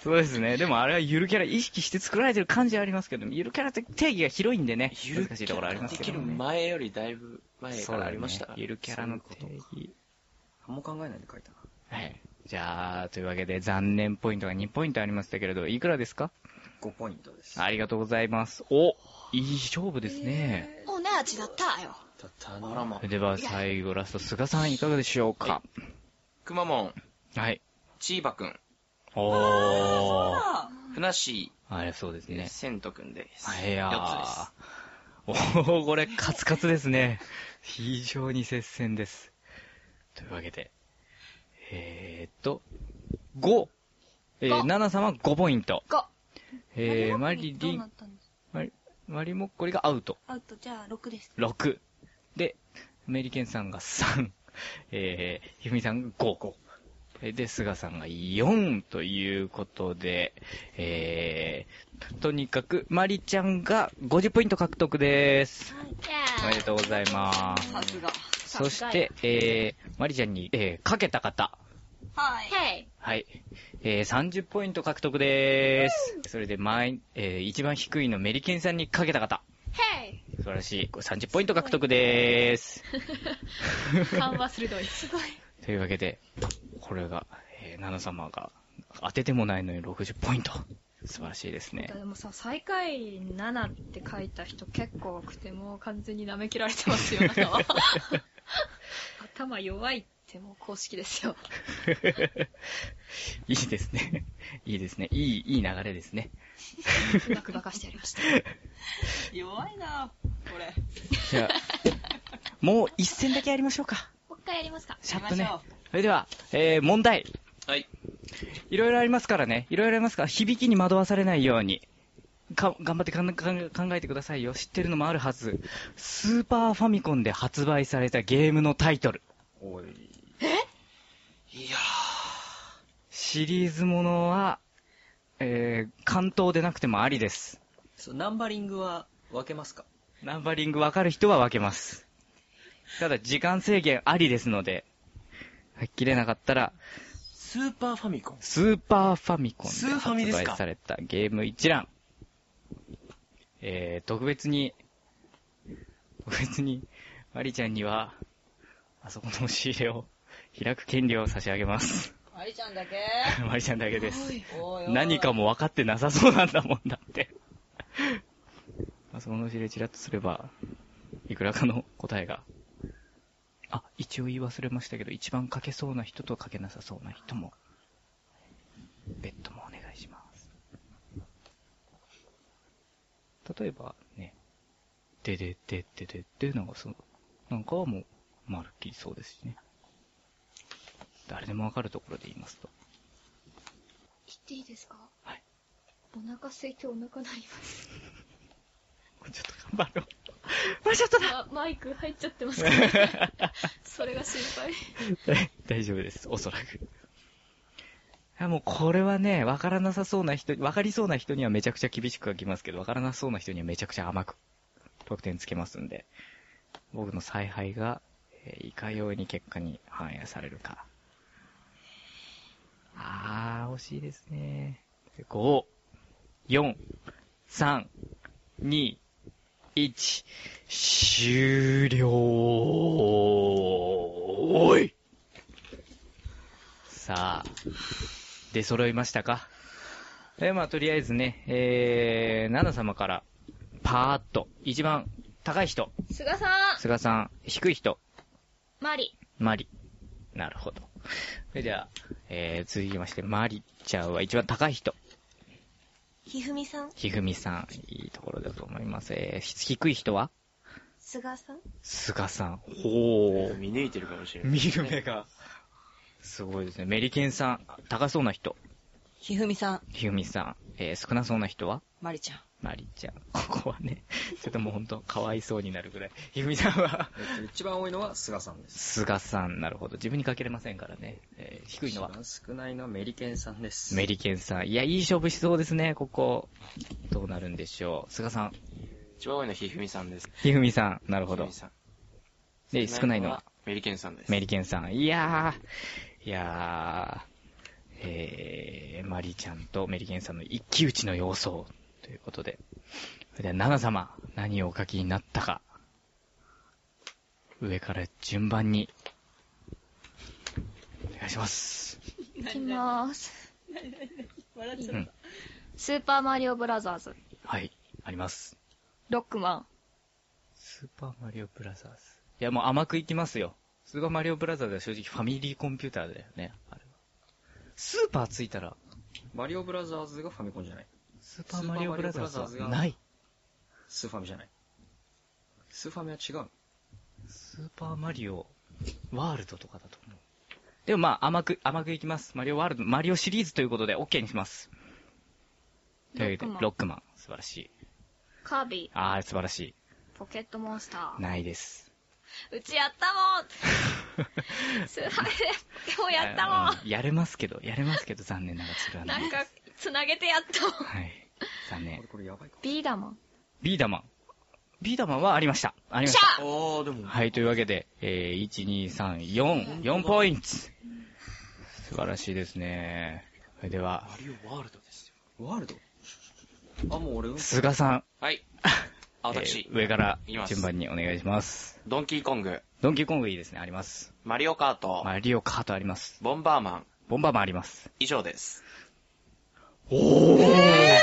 そうですね。でもあれはゆるキャラ意識して作られてる感じはありますけど、ゆるキャラって定義が広いんでね、難しいところありますでけきどるね。前よりだいぶ前そかうだらねありましたから、ゆるキャラの定義。何も考えないで書いたな。はい。じゃあ、というわけで残念ポイントが2ポイントありましたけれど、いくらですか5ポイントです。ありがとうございます。おいい勝負ですね。同じだったよ。たったあらま。では最後ラスト、菅さんいかがでしょうかくまモン、はい。チーバくん、おー。ふなっしあれ、そうですー、ね。セントくんです。あいや四つー。 おー、これ、カツカツですね。 非常に接戦です。というわけで、えーっと、5! えー、7様5ポイント。 5。えー、マリどうリなンっ、たんですマリ、マリモッコリがアウト。アウト、じゃあ6です。 6。で、メリケンさんが3。えー、ひふみさんが5。えーで、菅さんが4ということで、えー、とにかく、マリちゃんが50ポイント獲得です。おめでとうございます。さすが。そして、えー、マリちゃんに、えー、かけた方。はい。はい。えー、30ポイント獲得です。それで、前、えー、一番低いのメリケンさんにかけた方。ヘイ素晴らしい。これ30ポイント獲得でーす。 緩和鋭い。すごい。というわけで、これが、えー、ナナ様が当ててもないのに60ポイント。素晴らしいですねで。もさ、最下位7って書いた人結構多くて、もう完全に舐め切られてますよ、あなたは頭弱いってもう公式ですよ。いいですね。 いいですね。いい、いい流れですね。うまく化かしてやりました。弱いなこれ。じゃあ、もう一戦だけやりましょうか。もう一回やりますか。シャッとね。それでは、えー、問題。はい。いろいろありますからね。いろいろありますから、響きに惑わされないように。か、頑張ってかんかん考えてくださいよ。知ってるのもあるはず。スーパーファミコンで発売されたゲームのタイトル。おい。いやシリーズものは、えー、関東でなくてもありです。そうナンバリングは分けますかナンバリング分かる人は分けます。ただ、時間制限ありですので、はっきれなかったら、スーパーファミコン。スーパーファミコンスーファミでです発か売されたゲーム一覧。えー、特別に、特別に、マリちゃんには、あそこの押し入れを開く権利を差し上げます。マリちゃんだけマリちゃんだけです。おいおい何かも分かってなさそうなんだもんだって。 あそこの指令チラッとすれば、いくらかの答えが。あ、一応言い忘れましたけど、一番書けそうな人と書けなさそうな人も、ベッドもお願いします。例えばね、ででででででなんかその、なんかはもう、まるっきりそうですしね。誰でもわかるところで言いますと。言っていいですかはい。お腹空いてお腹鳴ります。頑張ろう。 まあちょっとだマイク入っちゃってますからね。それが心配。 大大丈夫です、おそらく。やもうこれはね、わからなさそうな人、わかりそうな人にはめちゃくちゃ厳しく書きますけど、わからなそうな人にはめちゃくちゃ甘く得点つけますんで、僕の采配が、えーいかように結果に反映されるか。あー、惜しいですね。5、4、3、2、1、終了おいさあ、出揃いましたかえー、まあ、とりあえずね、えー、ナナ様から、パーっと、一番高い人、菅さん菅さん、低い人、マリ。マリ。なるほど。それでは、えー、続きまして、マリちゃんは一番高い人、ひふみさん、ひふみさん、いいところだと思います。えー、低い人はすがさん、菅さん。ほー。見抜いてるかもしれない。見る目が。すごいですね。メリケンさん、高そうな人。ひふみさん、ひふみさん、えー、少なそうな人はまりちゃん。マリちゃん。 ここはね、ちょっともうほんと、かわいそうになるぐらい。ひふみさんは、えっと一番多いのは菅さんです。菅さん、なるほど。自分にかけれませんからね。えー低いのは一、番少ないのはメリケンさんです。メリケンさん。いや、いい勝負しそうですね、ここ。どうなるんでしょう。菅さん、一番多いのはひふみさんです。ひふみさん、なるほどひふみ。さんで、少ないのは、メリケンさんです。メリケンさん。いやー、いやー、えー、マリちゃんとメリケンさんの一騎打ちの様相ということで。それでは、ナナ様、何をお書きになったか。上から順番に、お願いします。いきまーす。笑っちゃったスーパーマリオブラザーズ、はい、あります。ロックマン、スーパーマリオブラザーズ。いや、もう甘くいきますよ。スーパーマリオブラザーズは正直ファミリーコンピューターだよね、あれは。スーパーついたら、マリオブラザーズがファミコンじゃない。スーパーマリオブラザーズスーパーマリオブラザーズがはない。スーファミじゃない。スーファミは違うのスーパーマリオワールドとかだと思う。でもまあ、甘く、甘くいきます。マリオワールド、マリオシリーズということで OK にします。というわけで、ロロックマン、素晴らしい。カービあー、素晴らしィ、ポケットモンスタい。ないです。ー。うちやったもんスーファミでポケモンやったもんうんやれますけど、やれますけど、残念ながらそれはな。ないんか、つなげてやったもん。はい。残念。これやばいビーダマン。ビーダマン。ビーダマンはありました。ありました。おー、でも。はい、というわけで、えー、1、2、3、4、4ポイント。素晴らしいですね。それでは、マリオワールドですよ。ワールドあ、もう俺、菅さん。 はい。あ、私え。ー上からいきます順番にお願いします。ドンキーコング、ドンキーコングいいですね、あります。マリオカート、マリオカートあります。ボンバーマン、ボンバーマンあります。以上です。おー、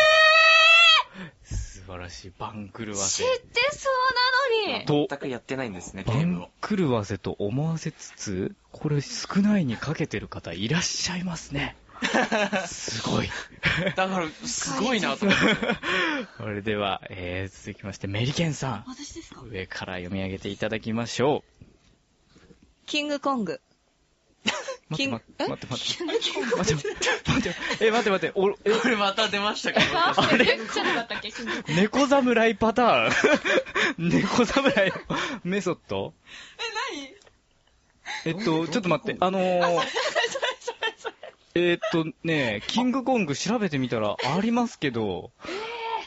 素晴らしい。番狂わ知せっ。てそうなのにと、全くやってないんですね、ゲームを番。狂わせと思わせつつ、これ少ないにかけてる方いらっしゃいますね。すごい。だから、すごいなと思って。それでは、えー、続きまして、メリケンさん。私ですか上から読み上げていただきましょキングコング、う。待キってン待って待って待キングコングって。待って待って。え、待って待って。おえこれまた出ましたかあれじゃなかったっけキングコング猫侍パターン 猫侍のメソッドえ、何えっと、ちょっと待って、あのー、えーっとね、キングコング調べてみたらありますけど、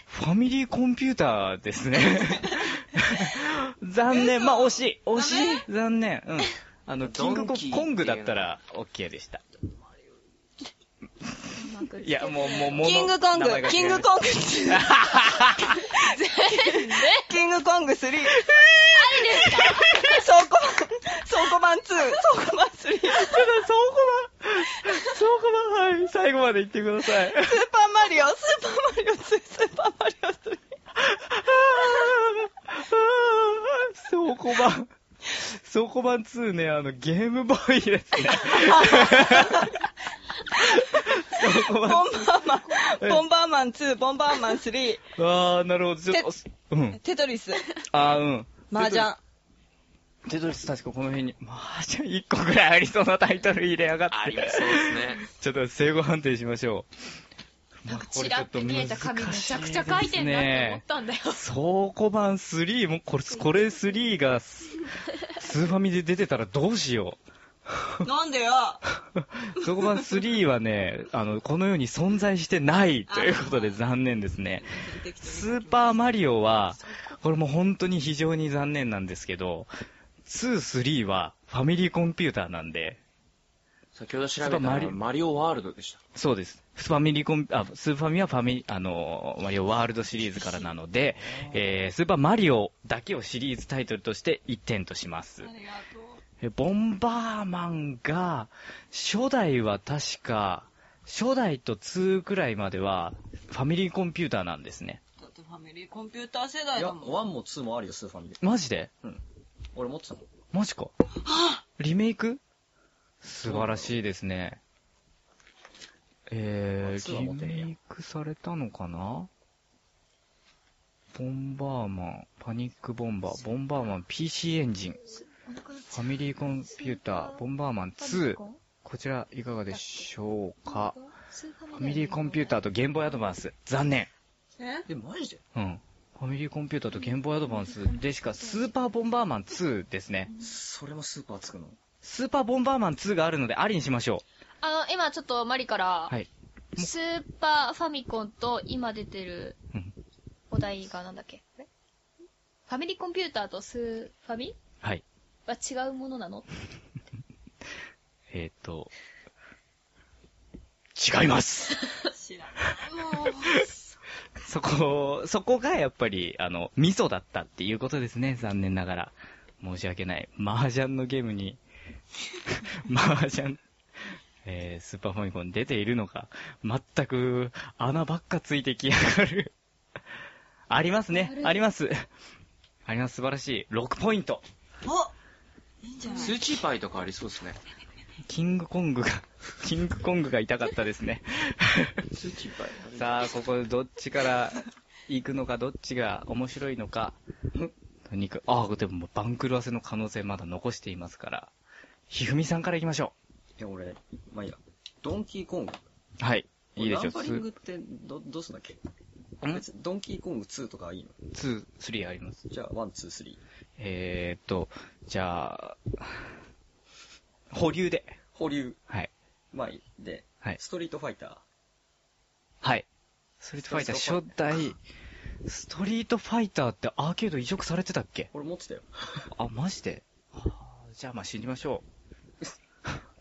ファミリーコンピューターですね。残念、まあ惜しい、惜しい、残念。うん。あの、キングコドンンキーっていうのコングだったら OK でした。いや、もう、もう、もう。キングコン名前グ、がキ嫌いンですグコング2。キ ングコング3。ありですか倉庫版、倉庫版2、倉庫版3。 ちょっと倉庫版、倉庫版、はい、最後まで言ってください。スーパーマリオ、スーパーマリオ2、スーパーマリオ3。 倉庫版、倉庫版2ね、あの、ゲームボーイですね。倉庫ボン版、バーマン、ボンバーマン2、ボンバーマン3、あー、なるほど、ちょっと、うん、テトリス、あー、うん。麻雀。テトリス確かこの辺に、まあ、じゃあ1個ぐらいありそうなタイトル入れやがって。ありそうですね。ちょっと正誤判定しましょう。まあ、こチれラちょッっとて見えた紙め難しちゃくいちゃ書いてんなって思ったんだよ。倉庫版3もこれ、これ3がススーファミで出てたらどうしよう。なんでよそこ版3はね、あの、この世に存在してないということで残念ですね。スーパーマリオは、これも本当に非常に残念なんですけど、2、3はファミリーコンピューターなんで、先ほど調べたスーパーママリリマリオワールドでした。そうです。ファミリーコン、あ、スーパーファミはファミ、あのー、マリオワールドシリーズからなので、えー、スーパーマリオだけをシリーズタイトルとして1点とします。えボンバーマンが、初代は確か、初代と2くらいまでは、ファミリーコンピューターなんですね。だってファミリーコンピューター世代いや、だ1もん。も2もあるよ、スーファミで。マジで俺持ってたの。マジか。リメイク素晴らしいですね。えツーー、はリ持ってねえやメイクされたのかなボンバーマン、パニックボンバー、ボンバーマン PC エンジン、ファミリーコンピューター、ボンバーマン2、こちらいかがでしょうかファミリーコンピューターとゲームボーイアドバンス、残念。ええ、マジでうん。ファミリーコンピューターとゲームボーイアドバンスでしか、スーパーボンバーマン2ですね。それもスーパーつくのスーパーボンバーマン2があるので、ありにしましょう。 あの、今ちょっとマリから、はい。スーパーファミコンと今出てるうんお題がなんだっけえファミリーコンピューターとスーファミはい。は違うものなのえっ、と、違います。知らん。そこ、そこがやっぱり、あの、ミソだったっていうことですね、残念ながら。申し訳ない。麻雀のゲームに、 麻雀、えー、スーパーファミコン出ているのか、全く穴ばっかついてきやがる。ありますね、あります。あります、素晴らしい。6ポイント。 スーチーパイとかありそうですね。キングコングが、 キングコングが痛かったです ね。スーチーパイ。さあ、ここどっちから行くのか、どっちが面白いのか。とにかく、ああ、でも番狂わせの可能性まだ残していますから。ひふみさんから行きましょいや、俺、まあいいや。ドンキーコング。う。はい。いいでナしょンう。バリング2、って、ど、どうすんだっけ別にドンキーコング2とかいいの2 3あります。じゃあ、1、2、3。えーっと、じゃあ、保留で。保留。はい。まあいい。で、はいストリートファイタはい。ストリートファイター初代、ストリートファイターってアーケード移植されてたっけ俺持ってたよ。あ、マジではあじゃあまあ死にましょ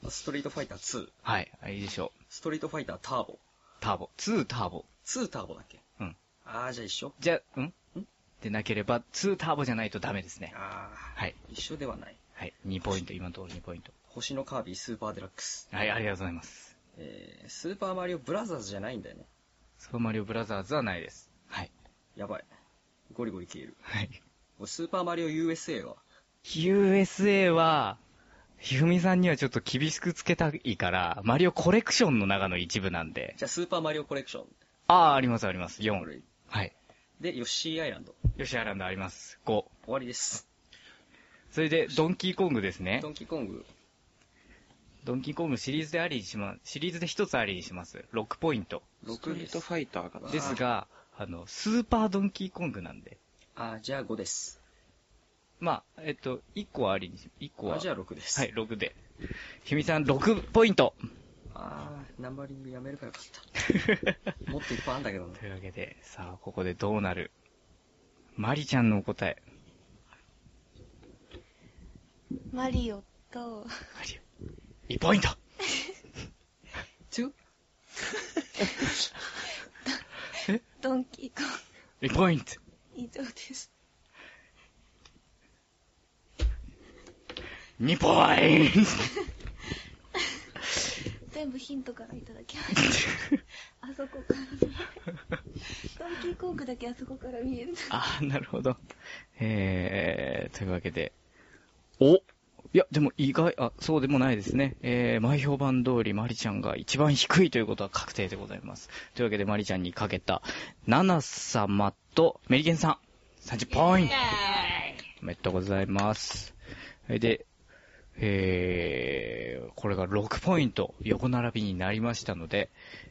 う。ー。ストリートファイター2。はい。あいいでしょう。ストリートファイターターボ。ターボ。2ターボ。 2ターボだっけうん。あー、じゃあ一緒じゃあ、んでなければ、2ターボじゃないとダメですね。あはい。一緒ではない。はい。2ポイント、今のところ2ポイント。星のカービィスーパーデラックス。はい、ありがとうございます。えー、スーパーマリオブラザーズじゃないんだよね。スーパーマリオブラザーズはないです。はい。やばい。ゴリゴリ消える。はい。俺スーパーマリオ USA は USA は、ひふみさんにはちょっと厳しくつけたいから、マリオコレクションの中の一部なんで。じゃあスーパーマリオコレクション。ああ、ありますあります。4。はい。で、ヨッシーアイランド。ヨシアイランドあります。5。終わりです。それで、ドンキーコングですねド。ンキーコング。ドンキーコングシリーズでありにしま、シリーズで1つありにします。6ポイント。ストリートファイターかな。ですが、あの、スーパードンキーコングなんで。あー、じゃあ5です。まあ、えっと、1個はありにし、1個は。あじゃあ6ですはい、6で。ひみさん、6ポイ ント。あー、ナンバリングやめればよかった。もっといっぱいあんだけどね。というわけで、さあ、ここでどうなるマリちゃんのお答え。マリオと、 1ポイントドンキーコ !2 ポイントング以上です。 !2 ポイント全部ヒントからいただきま した。あそこから見える。ドンキーコングだけあそこから見える。あー、なるほど。えー、というわけで。おいや、でも意外、あ、そうでもないですね。えー、前評判通りマリちゃんが一番低いということは確定でございます。というわけでマリちゃんにかけた、ナナ様とメリケンさん、30ポイント。おめでとうございます。えーで、えー、これが6ポイント横並びになりましたので、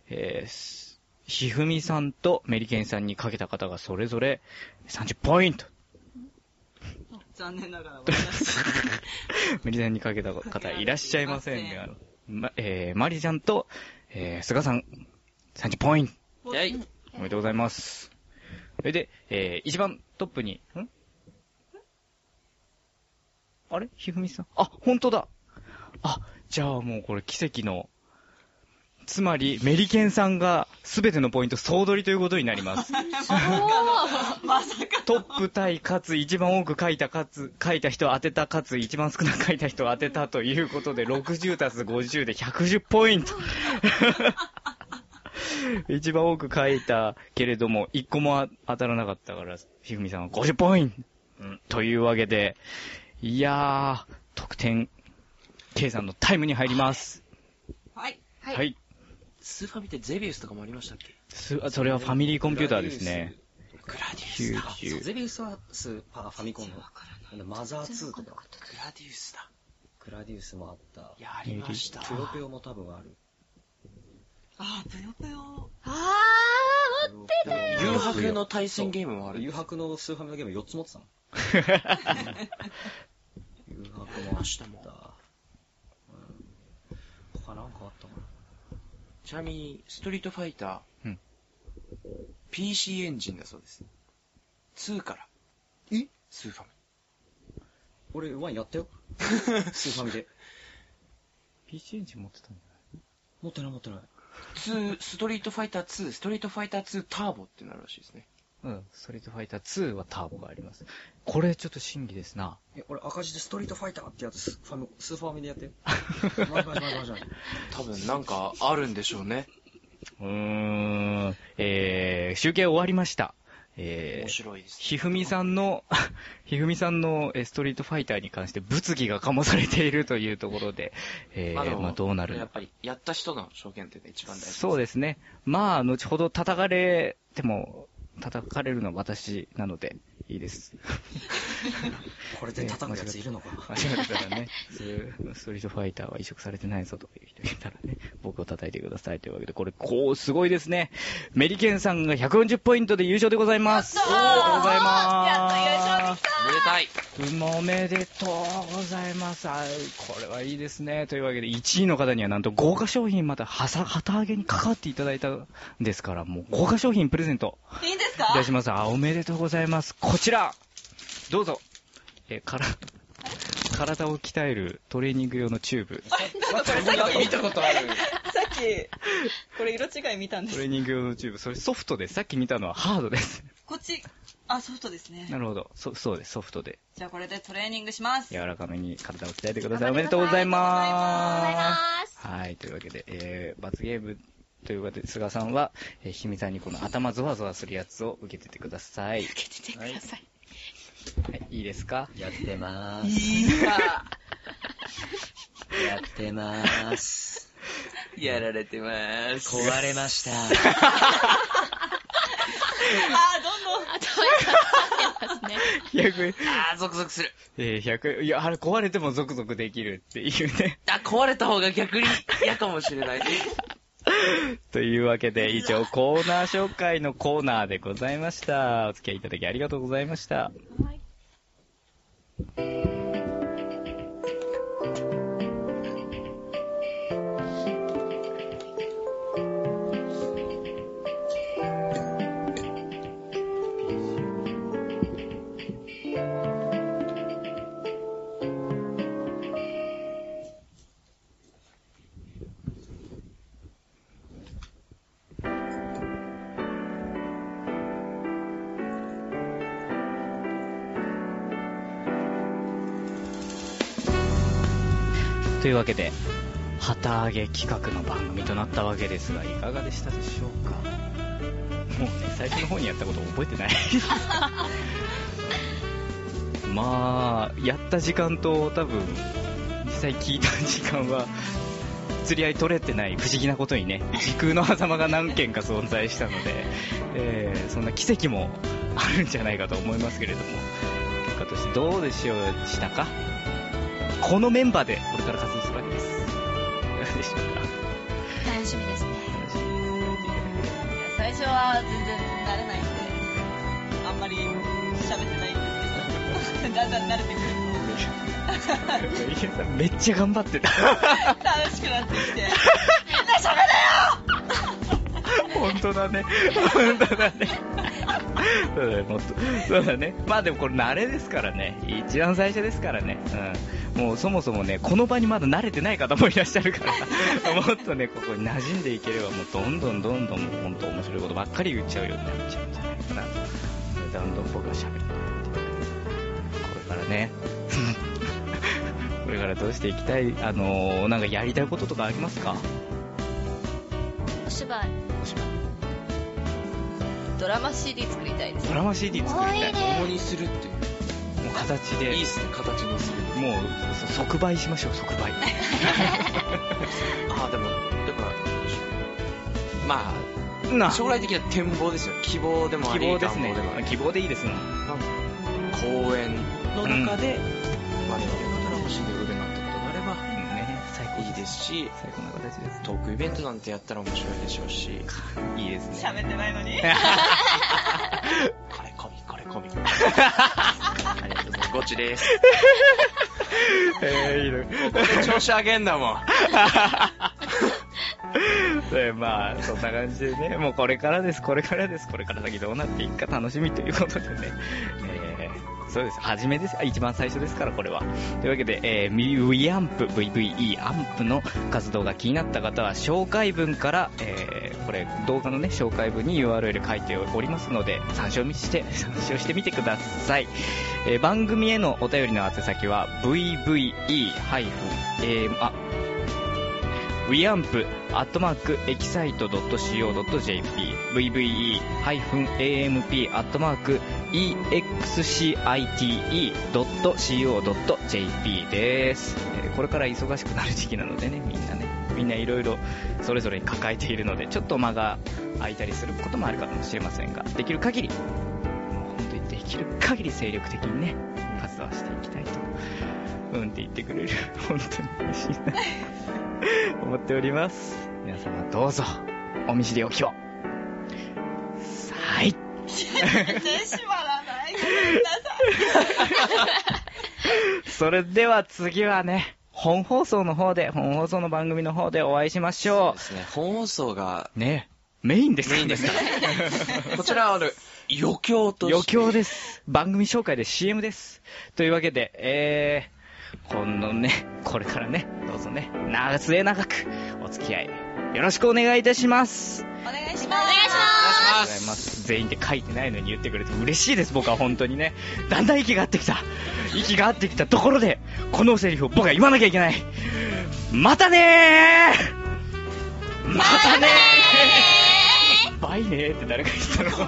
えーす、ひふみさんとメリケンさんにかけた方がそれぞれ30ポイント。残念ながら私。メリダンにかけた方いらっしゃいませんね。あのまえー、マリちゃんと、えー、菅さん、30ポイント。はい。おめでとうございます。それで、えー、一番トップに、んあれひふみさん。あ、本当だ。あ、じゃあもうこれ奇跡の、つまり、メリケンさんがすべてのポイント総取りということになります。まさか。トップ対かつ一番多く書いたかつ、書いた人を当てたかつ一番少なく書いた人を当てたということで、60たす50で110ポイント。一番多く書いたけれども、一個も当たらなかったから、ひふみさんは50ポイント、うんというわけで、いやー、得点、計算のタイムに入ります。はい。はい。スーファミってゼビウスとかもありましたっけすあそれはファミリーコンピューターですね。グラデュースだゼビウスはスーパーファミコンの。あのマザー2とか。グラディウスだ。グラディウスもあった。やりましたぷよぷよも多分ある。あー、ぷよぷよ。あー、持ってたよ誘白の対戦ゲームもある。誘白のスーファミのゲーム4つ持ってた の。誘白もあった。うん他なんかあったかな。ちなみに、ストリートファイター、うん PC エンジンだそうです。2から。えスーファミ。俺、ワンや ったよ。スーファミで。 PC エンジン持ってたんじ持ってない持ってない。 2、ストリートファイター2、ストリートファイター2ターボってなるらしいですね。ゃないうん、ストリートファイター2はターボがあります。これちょっと真議ですな。え、俺赤字でストリートファイターってやつ、スーファミ、スーファミでや ってよ。マジマジマジマジマジ。多分なんかあるんでしょうね。うーん、えー、集計終わりました。えー、面白いです。ひふみさんの、 ひふみさんのえーストリートファイターに関して物議が醸されているというところで、えーでもまあ、どうなるやのっぱり、やった人の証券っていうのが一番大事。そうですね。まあ、後ほど叩かれても、叩かれるのは私なので、いいです。これで叩くやついるのかな。間違ってたらね、そういうストリートファイターは移植されてないぞという人がいたらね、僕を叩いてくださいというわけで、これ、こう、すごいですね。メリケンさんが140ポイントで優勝でございます。おめでとうございます。めでたい。おめでとうございます。あこれはいいですね。というわけで、1位の方にはなんと豪華商品またはさ、旗揚げにかかっていただいたんですから、もう豪華商品プレゼントいいんですいかたします。あ、おめでとうございます。こちらどうぞえ、から、体を鍛えるトレーニング用のチューブ。見たことある。さっき、これ色違い見たんでトす。レーニング用のチューブ。それソフトです。さっき見たのはハード です。こっち、あ、ソフトですね。なるほど。そ、そうです。ソフトで。じゃあこれでトレーニングします。柔らかめに体を鍛えてください。おめでとうございます。はい、というわけで、えー、罰ゲームということで、菅さんは、えー、ひみさんにこの頭ゾワゾワするやつを受けててください。受けててください。はい、いいですかやってまーす。いいか。やってまーす。やられてまーす。壊れました。あー、どんどん。いや、これあー、ゾクゾクする。えー、100、いや、あれ壊れてもゾクゾクできるっていうね。 あ、壊れた方が逆に嫌かもし れない。というわけで、以上、コーナー紹介のコーナーでございました。お付き合いいただきありがとうございました。というわけで、旗揚げ企画の番組となったわけですが、いかがでしたでしょうかもうね、最初の方にやったこと覚えてない。 まあ、やった時間と多分、実際聞いた時間は、釣り合い取れてない不思議なことにね、時空の狭間が何件か存在したので、えーそんな奇跡もあるんじゃないかと思いますけれども、結果としてどうでしょうしたかこのメンバーでこれから活動するわけです。いかがでしょうか楽しみですね。最初は全然慣れないんで、あんまり喋ってないんですけど。だんだん慣れてくる池さんめっちゃ頑張ってた。楽しくなってきてみんな喋れよ本当だね。本当だね。そうだね、もっとそうだね。まあでもこれ慣れですからね。一番最初ですからね。うん。もうそもそもね、この場にまだ慣れてない方もいらっしゃるから、もっとね、ここに馴染んでいければ、もうどんどんどんどん、本当面白いことばっかり言っちゃうようになっちゃうんじゃないかなと。どんどん僕は喋っていって。これからね、これからどうしていきたい、あのー、なんかやりたいこととかありますかお芝居ドラマ CD 作りたいですドラマ CD 作りたい。重にするっていう。もう形で。いいっすね、形にする。もう、そ即売しましょう、即 売。ああ、でも、やっぱ、まあ、将来的な展望ですよ。希望でもあ希り望ですね願望もあ。り希望でいいですね。公演の中で、我々のドラマ CD を腕になったことになれば、ね、最高いいですし、最高な形です。トークイベントなんてやったら面白いでしょうし、いいですね。喋ってないのにこれ込み、これ込み。ありがとうございます。ゴチ です。えー、いいの。ここで調子上げんだもん。 でまあ、そんな感じでね、もうこれからです、これからです、これから先どうなっていくか楽しみということでね、えー、そうです、初めです、あ一番最初ですから、これは。というわけで、えー、ミウィアンプ、VVE アンプの活動が気になった方は、紹介文から、えー、これ、動画のね、紹介文に URL 書いておりますので、参照して、参照してみてください。えー、番組へのお便りの宛先は、VVE-、えー、あ、weamp.excite.co.jp vve-amp.excite.co.jp です。えーこれから忙しくなる時期なのでね、みんなね、みんないろいろそれぞれに抱えているので、ちょっと間が空いたりすることもあるかもしれませんが、できる限り、もう本当にできる限り精力的にね、活動していきたいと。うんって言ってくれる、本当に嬉しいな。思っております。皆様どうぞ、お見知りおきを。はい。全然閉まらないごめんなさそれでは次はね、本放送の方で、本放送の番組の方でお会いしましょう。そうですね、本放送が。ね、メインですからね。メインですから。こちらはあの、余興と 余興です。番組紹介で CM です。というわけで、えー、このね、これからね、どうぞね、長末長くお付き合い、よろしくお願いいたします。いお願いしまありがとうすございます。全員で書いてないのに言ってくれて嬉しいです、僕は本当にね。だんだん息が合ってきた。息が合ってきたところで、このセリフを僕は言わなきゃいけない。またねーまたね ーバイねーって誰か言ったの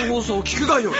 本放送聞くがよ